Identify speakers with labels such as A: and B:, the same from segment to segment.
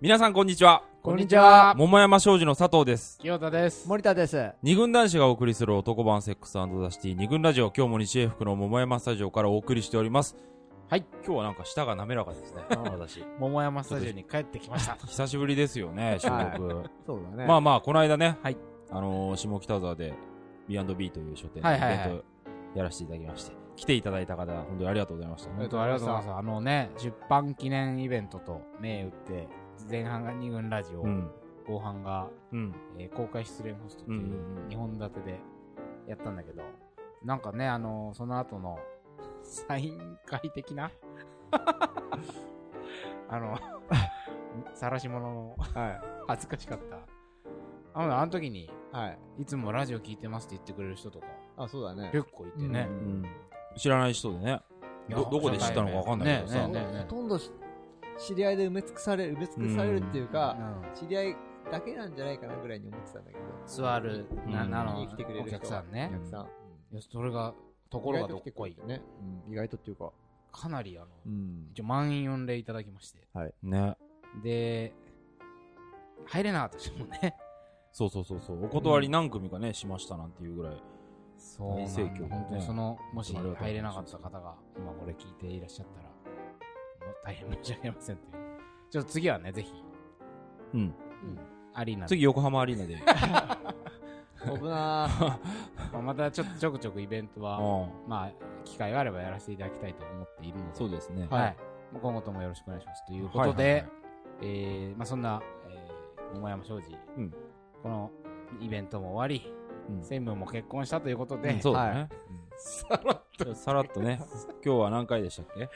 A: 皆さんこんにちは
B: こんにちは。
A: 桃山商事の佐藤です
B: 清田です。
C: 森田です。
A: 二軍男子がお送りする男版セックスザシティ二軍ラジオ今日も西英福の桃山スタジオからお送りしております
B: はい
A: 今日はなんか舌が滑らかですね私
B: 桃山スタジオに帰ってき ました。
A: 久しぶりですよね収録
C: そうだね。
A: まあまあこの間ね、
B: はい
A: あのー下北沢で B&B という書店で
B: はい
A: イ
B: はいはい
A: ベントやらせていただきまして来ていただいた方本当にありがとうございました、
B: えっと、ありがとうございます。あのね、10番記念イベントと銘打って、前半が二軍ラジオ、
A: うん
B: 後半が、
A: うん
B: えー公開出演ホストと
A: う
B: い
A: ん
B: う
A: うん
B: 2本立てでやったんだけど、なんかね、あのその後のサイン会的な あの、晒し者の
C: は
B: 恥ずかしかった。あの、あの時に、
C: い。はい。
B: いつもラジオ聞いてますって言ってくれる人とか、
C: あ、そうだね。
B: 結構いてね。
C: うん
A: うん知らない人でねど
B: いや
A: どこで知ったのかわかんないけどさ、
B: ねえねえねえ
C: ほとんどし知り合いで埋め尽くされる、埋め尽くされるっていうか、知り合いだけなんじゃないかなぐらいに思ってたんだけど。
B: 座る、な、
A: うん
B: な
C: 見
B: の
C: に来てくれ
B: お
C: る人
B: 客さん
C: お
B: ね。
C: 客さん。
B: いや、それが、ところがどっこ
C: 意外と来て
B: い
C: く。れるね。うん意外とっていうか。
B: かなり、あの、
C: うん。
B: 一応満員御礼いただきまして。
A: ね
B: で、入れなかった人もね。
A: そうそうそうそうお断り何組かね、しましたなんていうぐらい
B: そうなんだ
A: 大盛況
B: 本当にその、もし
A: ありがとうござ
B: 入
A: い
B: れな
A: ます
B: かった方が、今これ聞いていらっしゃったら、もう大変申し訳ありませんという。ちょっと次はね、ぜひ、
A: うん
B: アリーナで
A: 次横浜アリーナ で
C: 飛ぶなー
B: まあまたちょっとちょくちょくイベントは、
A: うん
B: まあ、機会があればやらせていただきたいと思っているので、
A: そうですね
B: はい、
C: はい
B: 今後ともよろしくお願いします。ということで、
A: はいはいはい
B: えーまあ、そんな、えー桃山商事、
A: うん
B: このイベントも終わり、
A: うん
B: 専務も結婚したということで、
A: うんそうだ
C: は
A: ね、
B: さらっ
A: うんさらっと ね今日は何回でしたっけ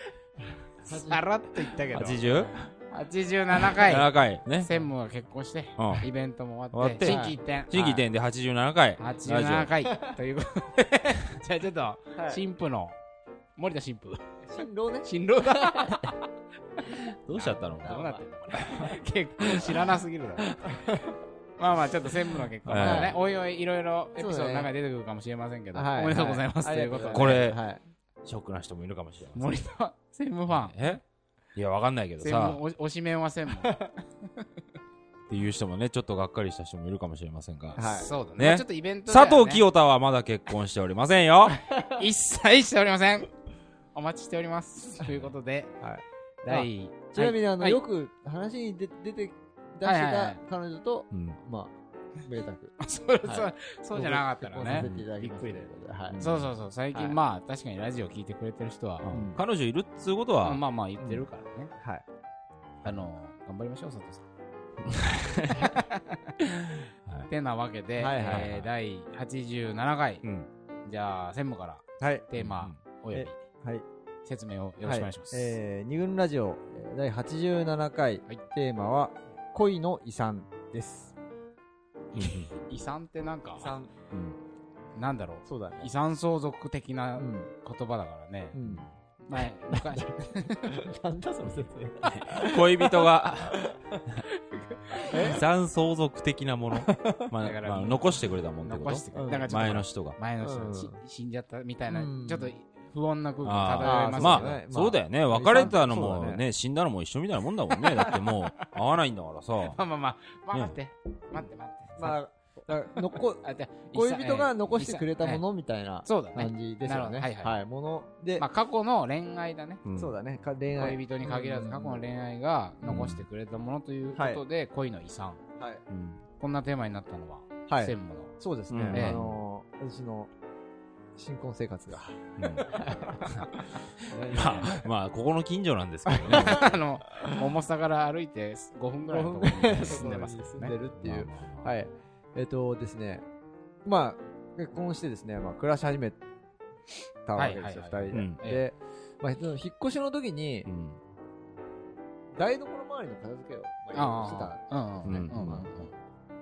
B: と、さらっと言ったけど、
A: 80?
B: 87回、
A: 7回ね
B: 専務が結婚して、
A: うん
B: イベントも終わ
A: 終
B: っ、
A: わってて
B: 新規一点。
A: 新規点で87回
B: はい、
A: ラ
B: 87
A: ジ
B: 回ということ で、じゃあちょっと、 新婦の、森田新婦、
C: 新郎ね。
B: 新郎だ。
A: オどうしちゃったの
B: どうなってんのこれ結婚知らなすぎるだろ まあまあちょっと専務の結婚
A: はい
B: まだねおいおいいろいろエピソードの中で出てくるかもしれませんけど
C: はい
B: おめでとうございます
C: は
B: ということで
C: ありが
A: これ
C: はい。
A: ショックな人もいるかもしれません
B: 森田専務ファン
A: えいやわかんないけど
B: 専
A: さ
B: 務おおしめんは専務
A: っていう人もねちょっとがっかりした人もいるかもしれませんが、
C: はい
B: そうだ
A: ね
B: ねもうちょっとイベントだよ
A: 佐
B: ね
A: 藤清太はまだ結婚しておりませんよ
B: 一切しておりませんお待ちしております ということで
C: はい
B: 第
C: ちなみに、あの、
B: はい
C: よく話に出出て、出して
B: はいはいは
C: た
B: い
C: 彼女と、
A: うん
C: まあ、めでたく。
B: そそうそうじゃなかったら
C: 結婚させ
B: ね
C: ていただ
B: び
C: きました
B: っくり
C: ということではい。
B: そうそうそう最
C: は
B: 近
C: い
B: まあ確かにラジオ聞いてくれてる人は
C: ん
A: 彼女いるっつうこと
B: ま
A: は、
B: あまあまあ言ってるからね
C: はい。
B: あの頑張りましょう佐藤さん
A: はい
B: てなわけで、
C: はいはいはい
B: えー第87回、
A: うん
B: じゃあ専務から
C: はい。
B: テーマおよび
C: えはい。
B: 説明をよろしくお願いします、
C: はえー二軍ラジオえー第87回、
B: はい
C: テーマは恋の遺産です。
B: 遺産ってなんか
A: うん
B: なんだろう
C: そうだね。
B: 遺産相続的
C: う。
B: なん言葉だからね、
C: うん。
B: 前昔
C: なんだその説明。
A: 恋人が遺産相続的なもの、ま
B: だか
A: あ
B: ら
A: まあ、残してくれたもんってこ
B: 残して
A: と
B: くれ
C: うん
B: たなんかちょっと
A: 前の人が
B: 前の人、
C: うん
B: し死んじゃったみたいな、
C: うん
B: ちょっと不穏な空気が漂
A: あ
B: い
A: あ
B: ますけど
A: まあ、
C: ねまあ
A: そうだよね別れたの
C: そ
A: も
C: う
A: ね
C: だね
A: 死んだのも一緒みたいなもんだもんねだってもう会わないんだからさ
B: まあまあまあ、まあ、
A: ね
B: 待って待って待って、
C: まあ、だから 残、
B: あじゃあ
C: 恋人が残してくれた
B: 遺
C: も
B: 産は
C: のみたいない
B: そうだね
C: 感じです
B: な
C: よね。
B: るほどはいはい
C: もの で、
B: まあ過去の恋愛だね
A: うん
C: そうだね。か恋愛。
B: 恋人に限らず過去の恋愛が残してくれたものということで、恋の遺産
C: はい。
A: うん
B: こんなテーマになったのは、専
C: はい。
B: 務の
C: そうですね。
A: うん
B: ええ
C: あのー、私の新婚 生活が。
A: うんまあまあここの近所なんですけどね
B: あの重さから歩いて5分ぐらいのところに 住んでますけど
C: 住ん
B: ね
C: でるっていう。
A: まあまあまあ
C: はい。えっ、とですね、まあ、結婚してですね、まあ、暮らし始めたわけですよ、
B: はい
C: 二、
B: はいはい
C: 人
B: う
C: で。
B: ん
C: で、まあ、その引っ越しの時に、
A: うん
C: 台所周りの片付けを、まあ、して
B: あ
C: た
B: あああうんうんうんうんうん
C: ま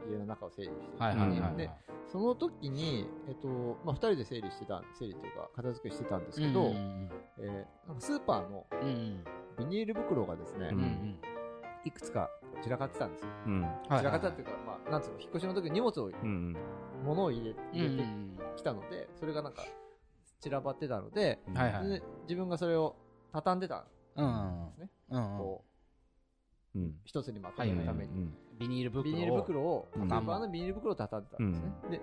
C: 家の中を整理してて、
B: はいはいはいは
A: うん
C: で
B: い、
C: その時に、えっ、と、まあ、二人で整理してた、整理というか、片付けしてたんですけど、
B: うんうん
C: えーなんかスーパーの
B: うんうん
C: ビニール袋がですね、
A: う
B: うん
A: ん
B: うん
C: いくつか散らかってたんですよ。
A: うん
B: はい
C: 散らかったっていうか、まあ、なんつうの、引っ越しの時に荷物を、
A: うん
C: 物を入れ
B: うんう
C: 入れて
B: ん
C: 来たので、それがなんか散らばってたので、
A: うん
B: はいはい
C: で自分がそれを畳んでたん
B: うんうん
C: ですね。
B: うんうん
C: こ
A: うん。
C: 一つにまとめるために。
A: うん
B: ビニール袋を。
C: ビニール袋を、
A: うん
C: 畳むあのビニール袋を畳んでたんですね。で、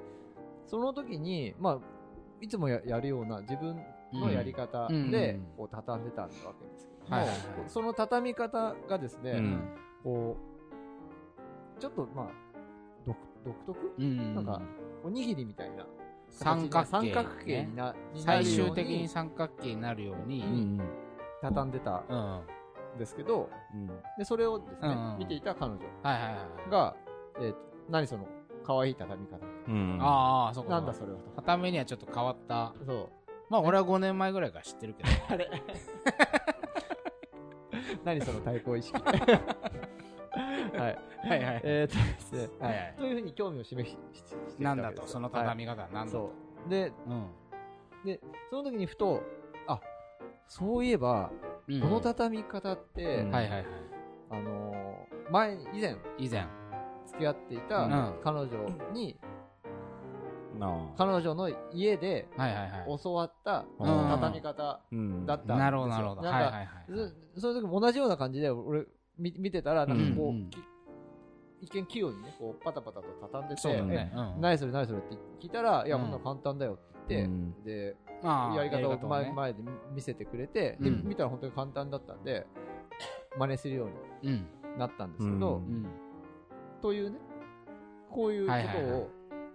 C: その時に、まあ、いつもややるような自分のやり方
B: うんう
C: で
B: ん、
C: こう畳んでたわけですけども
B: はいはいはい、
C: その畳み方がですね、
A: うん
C: こう、ちょっとまあ、独独特
B: うん。
C: なんかおにぎりみたいな
B: 三角形。
C: 三角形になにな
B: 最
C: るよ
B: 終
C: う
B: 的に
C: に
B: 三角形になるように。
A: うん。うん
C: 畳んでたん
B: うん。はい
C: ですけど、
A: うん。
C: で、それをです
B: う
C: ね
B: んうん、
C: 見ていた彼女
B: はいはい。
C: が、えーと何その、可愛い畳み方。
A: うん。
B: ああ、そうか。
C: なんだ
B: そう
C: それは
B: か畳にはちょっと変わった。
C: と。 そう。
B: まあ俺は5年前ぐらいから知ってるけ ど。
C: 何その対抗意 識。はい。
B: はいはい。
C: えーとですね。
B: はいはい
C: というふうに興味を示ししてしてきた
B: なん
C: わ
B: だ
C: けで
B: と、
C: すよ
B: その
C: はい
B: 畳み方はなんだと。
C: そう。で、
B: うん。
C: その時にふと、あ、そういえば、
B: うん
C: この畳み方って、
A: うん
B: はいはいはい。
C: あのー前、以前
B: 以前。
C: 付き合っていうた
B: ん
C: 彼女に、
A: なあ。
C: 彼女の家で
B: はいはいはい。
C: 教わった
A: うん
C: 畳み方
A: うん。
C: だったんですよ。
B: なるほどなるほど。
C: な
B: は
C: ん
B: い
C: か
B: はいはい。
C: ずその時も同じような感じで、俺、み見てたら、なんかこう、
B: うんうん
C: き一見器用にね、こう、パタパタと畳んでて、
B: そうだね。
C: え
B: うん
C: 何それ何それって聞いたら、いや、
B: うん
C: こんなの簡単だよって
A: う
C: 言
A: ん
C: って、で、
B: まあ
C: やり方を
B: ね
C: 前前で見せてくれて、で、
B: うん
C: 見たら本当に簡単だったんで、真似するように
B: うん。
C: なったんですけど
A: う
B: う、ん。
C: というね、こういうこ
B: はいはいはい
C: とを、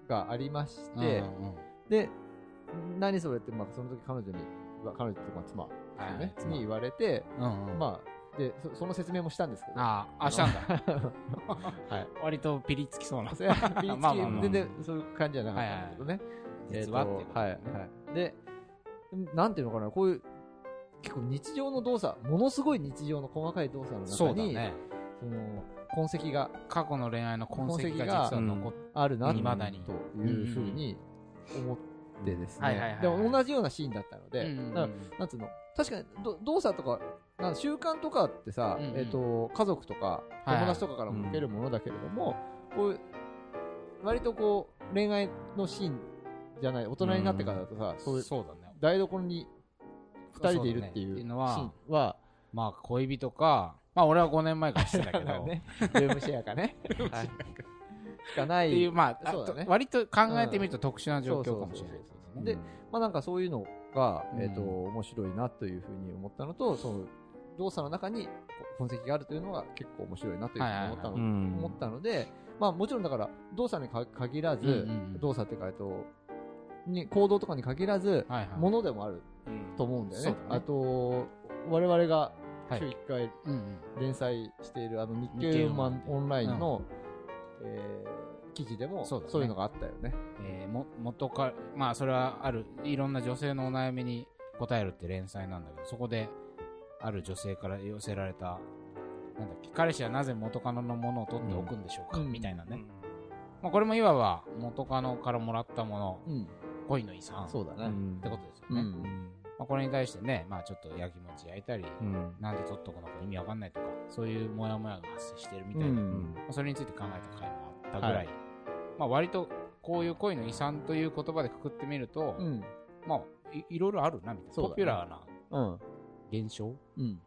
C: がありまし
B: うん
C: て
B: う、んうん
C: で、何それって、まあ、その時彼女に、まあ彼女っていうか妻です
B: はい
C: よ
B: はい
C: ね、に言われて、
B: うんうん。
C: まあ、で、そその説明もしたんですけど、
B: ああ、あ、したんだ。
C: はい。
B: 割とピリつきそう な。
C: それは、ビ
B: まあまあま
C: ーチ
B: あ
C: 全然そういう感じじゃなかったんだけどね。
B: 実はっていうこと
C: はい、はい。で、なんていうのかな、こういう、結構日常の動作、ものすごい日常の細かい動作の
B: そ
C: 中
B: うだ
C: に、
B: ね。
C: その、痕跡が
B: 過去の恋愛の痕跡が実は残って
C: あるな、
B: 未だに
C: というふうに思ってです
B: はいはいはい
C: ね
B: は。い
C: でも同じようなシーンだったので、
B: うん
C: だからなんつうの、確かにど動作とか、なん習慣とかってさ、
B: うんうん
C: えっ、と、家族とか、
B: はい
C: 友達とかからも受けるものだけれども、こういう、割とこう、恋愛のシーンじゃない、大人になってからだとさ、そういう、
B: そうだね。
C: 台所に二人でいるって
B: そうだね
C: いう
B: って
C: シ
B: い
C: ー
B: う
C: ン
B: のは
C: は、
B: まあ恋人か、まあ俺は5年前からしてたけ
C: だから
B: ど、
C: ね、ルームシェア かね、はいしかな
B: っていう、
C: い。
B: まあ、あ
C: そうだね
B: と割と考えてみると特殊な状況かもしれないですね。
C: で、まあなんかそういうのが、えっ、と、
B: うん
C: 面白いなというふうに思ったのと、その、動作の中にこう痕跡があるというのが結構面白いなというふうに思ったの
A: う
C: で、
A: ん。
C: 思ったので、まあもちろんだから動作にか限らず、
B: うんうんうん
C: 動作っていうか、えっと、に行動とかに限らず、
B: はいはい。
C: ものでもある
A: うん。
C: と思うんだよね。
B: そうだね
C: あと、我々が
B: はい
C: 週1回
B: うんうん。
C: 連載している、あの日
B: 日経
C: 経
B: ウー
C: ウー
B: マ
C: マ
B: ン
C: ンオンラインの、えー記事でも
B: そ
C: そう
B: だね
C: う,、いうのがあったよね。
B: えーも、元か、まあそれはある、いろんな女性のお悩みに答えるって連載なんだけど、そこで、ある女性から寄せられた、なんだっけ、彼氏はなぜ元カノのものを取っておくんでしょうか、
C: うん
B: みたいなね。まあこれもいわば元カノからもらったもの、
C: うん。
B: 恋の遺産ってこ
C: そうだ
A: う
C: ね。
A: ん。
B: とですよ
C: うん。
B: ね。まあこれに対してね、まあちょっと焼きもち焼いたり、
A: うん。
B: なんで取っとくのか意味わかんないとか、そういうモヤモヤが発生してるみたいな、ま
C: ん
B: あそれについて考えた回もあったぐらい、
C: はい
B: まあ割とこういう恋の遺産という言葉でくくってみると、
C: うん。
B: まあいいろいろあるなみたいな、
C: そうだね
B: ポピュラーな
C: うん。
B: 現象、
C: うん。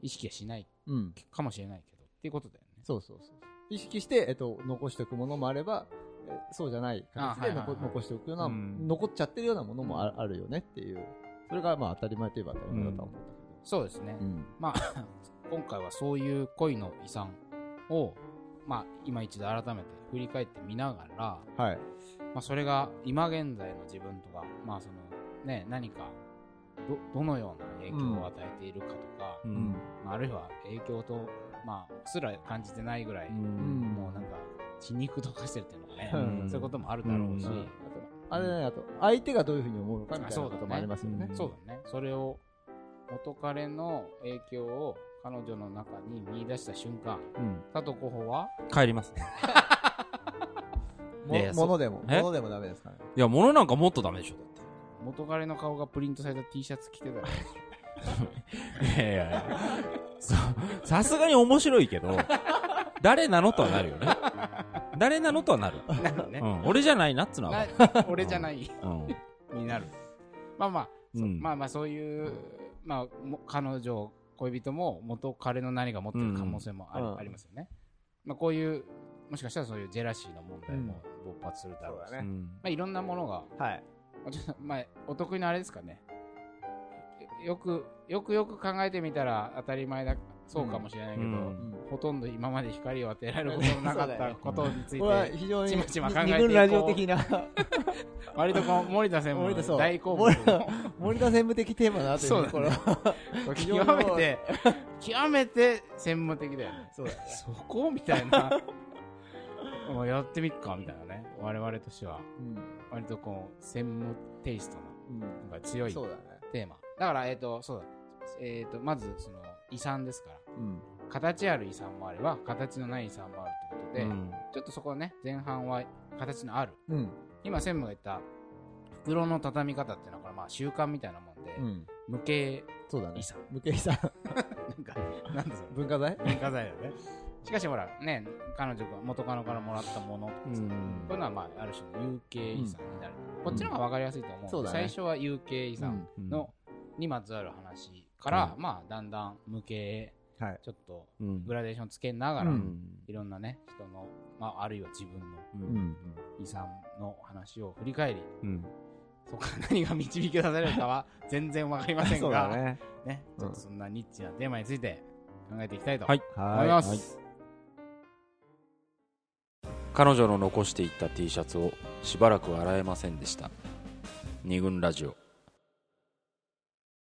B: 意識はしない
C: うん。
B: かもしれないけど、っていうことだよね。
C: そうそうそう。意識して、えっと、残しておくものもあれば、えそうじゃない形
B: あはいは
C: で
B: いはい
C: 残残しておくような、
A: うん
C: 残っちゃってるようなものもああるよねっていう。それがまあ当たり前といえば当たり前だとは思っ
B: そうですね
C: た。けど。うん。
B: まあ、今回はそういう恋の遺産を、まあ今一度改めて振り返ってみながら、
C: はい。
B: まあ、それが今現在の自分とか、まあそのね、何かどどのような影響を与えているかとか、
A: う。。
C: うん
B: まあ、あるいは影響と、まあ、すら感じてないぐらい、
A: うん。
B: もうなんか血肉とかしてるっていうのかね、
A: うん
B: そういうこともあるだろうし、
A: うん
C: あと、あれだね、あと、相手がどういうふうに思うのかみたいなこともありますよね。
A: うん
B: そうだねそれを元彼の影響を彼女の中に見出した瞬間
A: うん。
B: 佐藤候補は
A: 帰りますね。いやいや
C: もものでも、
A: え
C: ものでもダメですからね。
A: いや、物なんかもっとダメでしょ、だって。
B: 元彼の顔がプリントされた T シャツ着てたら
A: いやいやいや そさすがに面白いけど、誰なのとはなるよね。誰なのとはなる。
B: なる
A: う
B: ね、
A: ん、俺じゃないなっつうのは
B: な俺じゃない
A: 分かる。
B: になる。まあまあ、そう
A: うん
B: まあまあそういう、まあも、彼女恋人も元彼の何が持ってる可能性もあり,、
C: うん
B: ありますよね。まあ、こういう、もしかしたらそういうジェラシーの問題も勃発するだろうし、
C: そうだ
A: う
C: ね
A: ん
B: まあ、いろんなものが、
C: はい。
B: まあちょっとまあ、お得意のあれですかね。よく、よくよく考えてみたら当たり前だ、そうかもしれないけど、
A: うん
B: ほとんど今まで光を当てられることのなかっ
C: そうだ
B: た
C: よ
B: ことについて、
C: これは非常に
B: ちまちま考えていこう
C: 二軍ラジオ的な
B: 割とこう森田専務
C: 森田そ
B: の
C: う
B: 大好物の
C: 森田専務的テーマだなとい
B: そうだ
C: う
B: ね
C: こ れは非常に
B: 極めて、極めて専門的だよね。
C: そうだね
B: そこみたいな。 もうやってみっかみたいなね。我々としては、
C: うん
B: 割とこう、専門テイストの、
C: うん
B: なんか強い
C: そうだね
B: テーマ。だから、えっ、と、そうだ。えっ、と、まず、その、遺産ですから。
C: うん
B: 形ある遺産もあれば、形のない遺産もあるってことで、
A: うん
B: ちょっとそこはね、前半は形のある。
C: うん
B: 今、専務が言った、袋の畳み方っていうのは、これまあ習慣みたいなもんで、
C: うん
B: 無形
C: そうだね
B: 遺産。
C: 無形遺産
B: なんか、なんだそれ。
C: 文化財
B: 文化財だよね。しかしほら、ね、彼女が元カノからもらったものとかさ、
A: うん
B: こういうのはまあ、ある種の有形遺産になる。こっちの方が分かりやすいと思う。
C: そうだね
B: 最初は有形遺産の、にまつわる話から、まあ、だんだん無形へ、
C: はい
B: ちょっと
A: うん
B: グラデーションつけながら、
C: う
A: うんん
B: いろんなね、人の、まあ、あるいは自分の
A: う
C: うんん
B: 遺産の話を振り返り、
A: うん
B: そこから何が導き出されるかは全然分かりません
C: そう
B: が、
C: だ
B: ね
C: ね
B: ちょっとそんなニッチなテーマについて考えていきたいと
A: は
B: 思
A: い
B: い
C: は
B: ま
C: い
B: す。
A: 彼女の残していった T シャツをしばらく洗えませんでした二軍ラジオ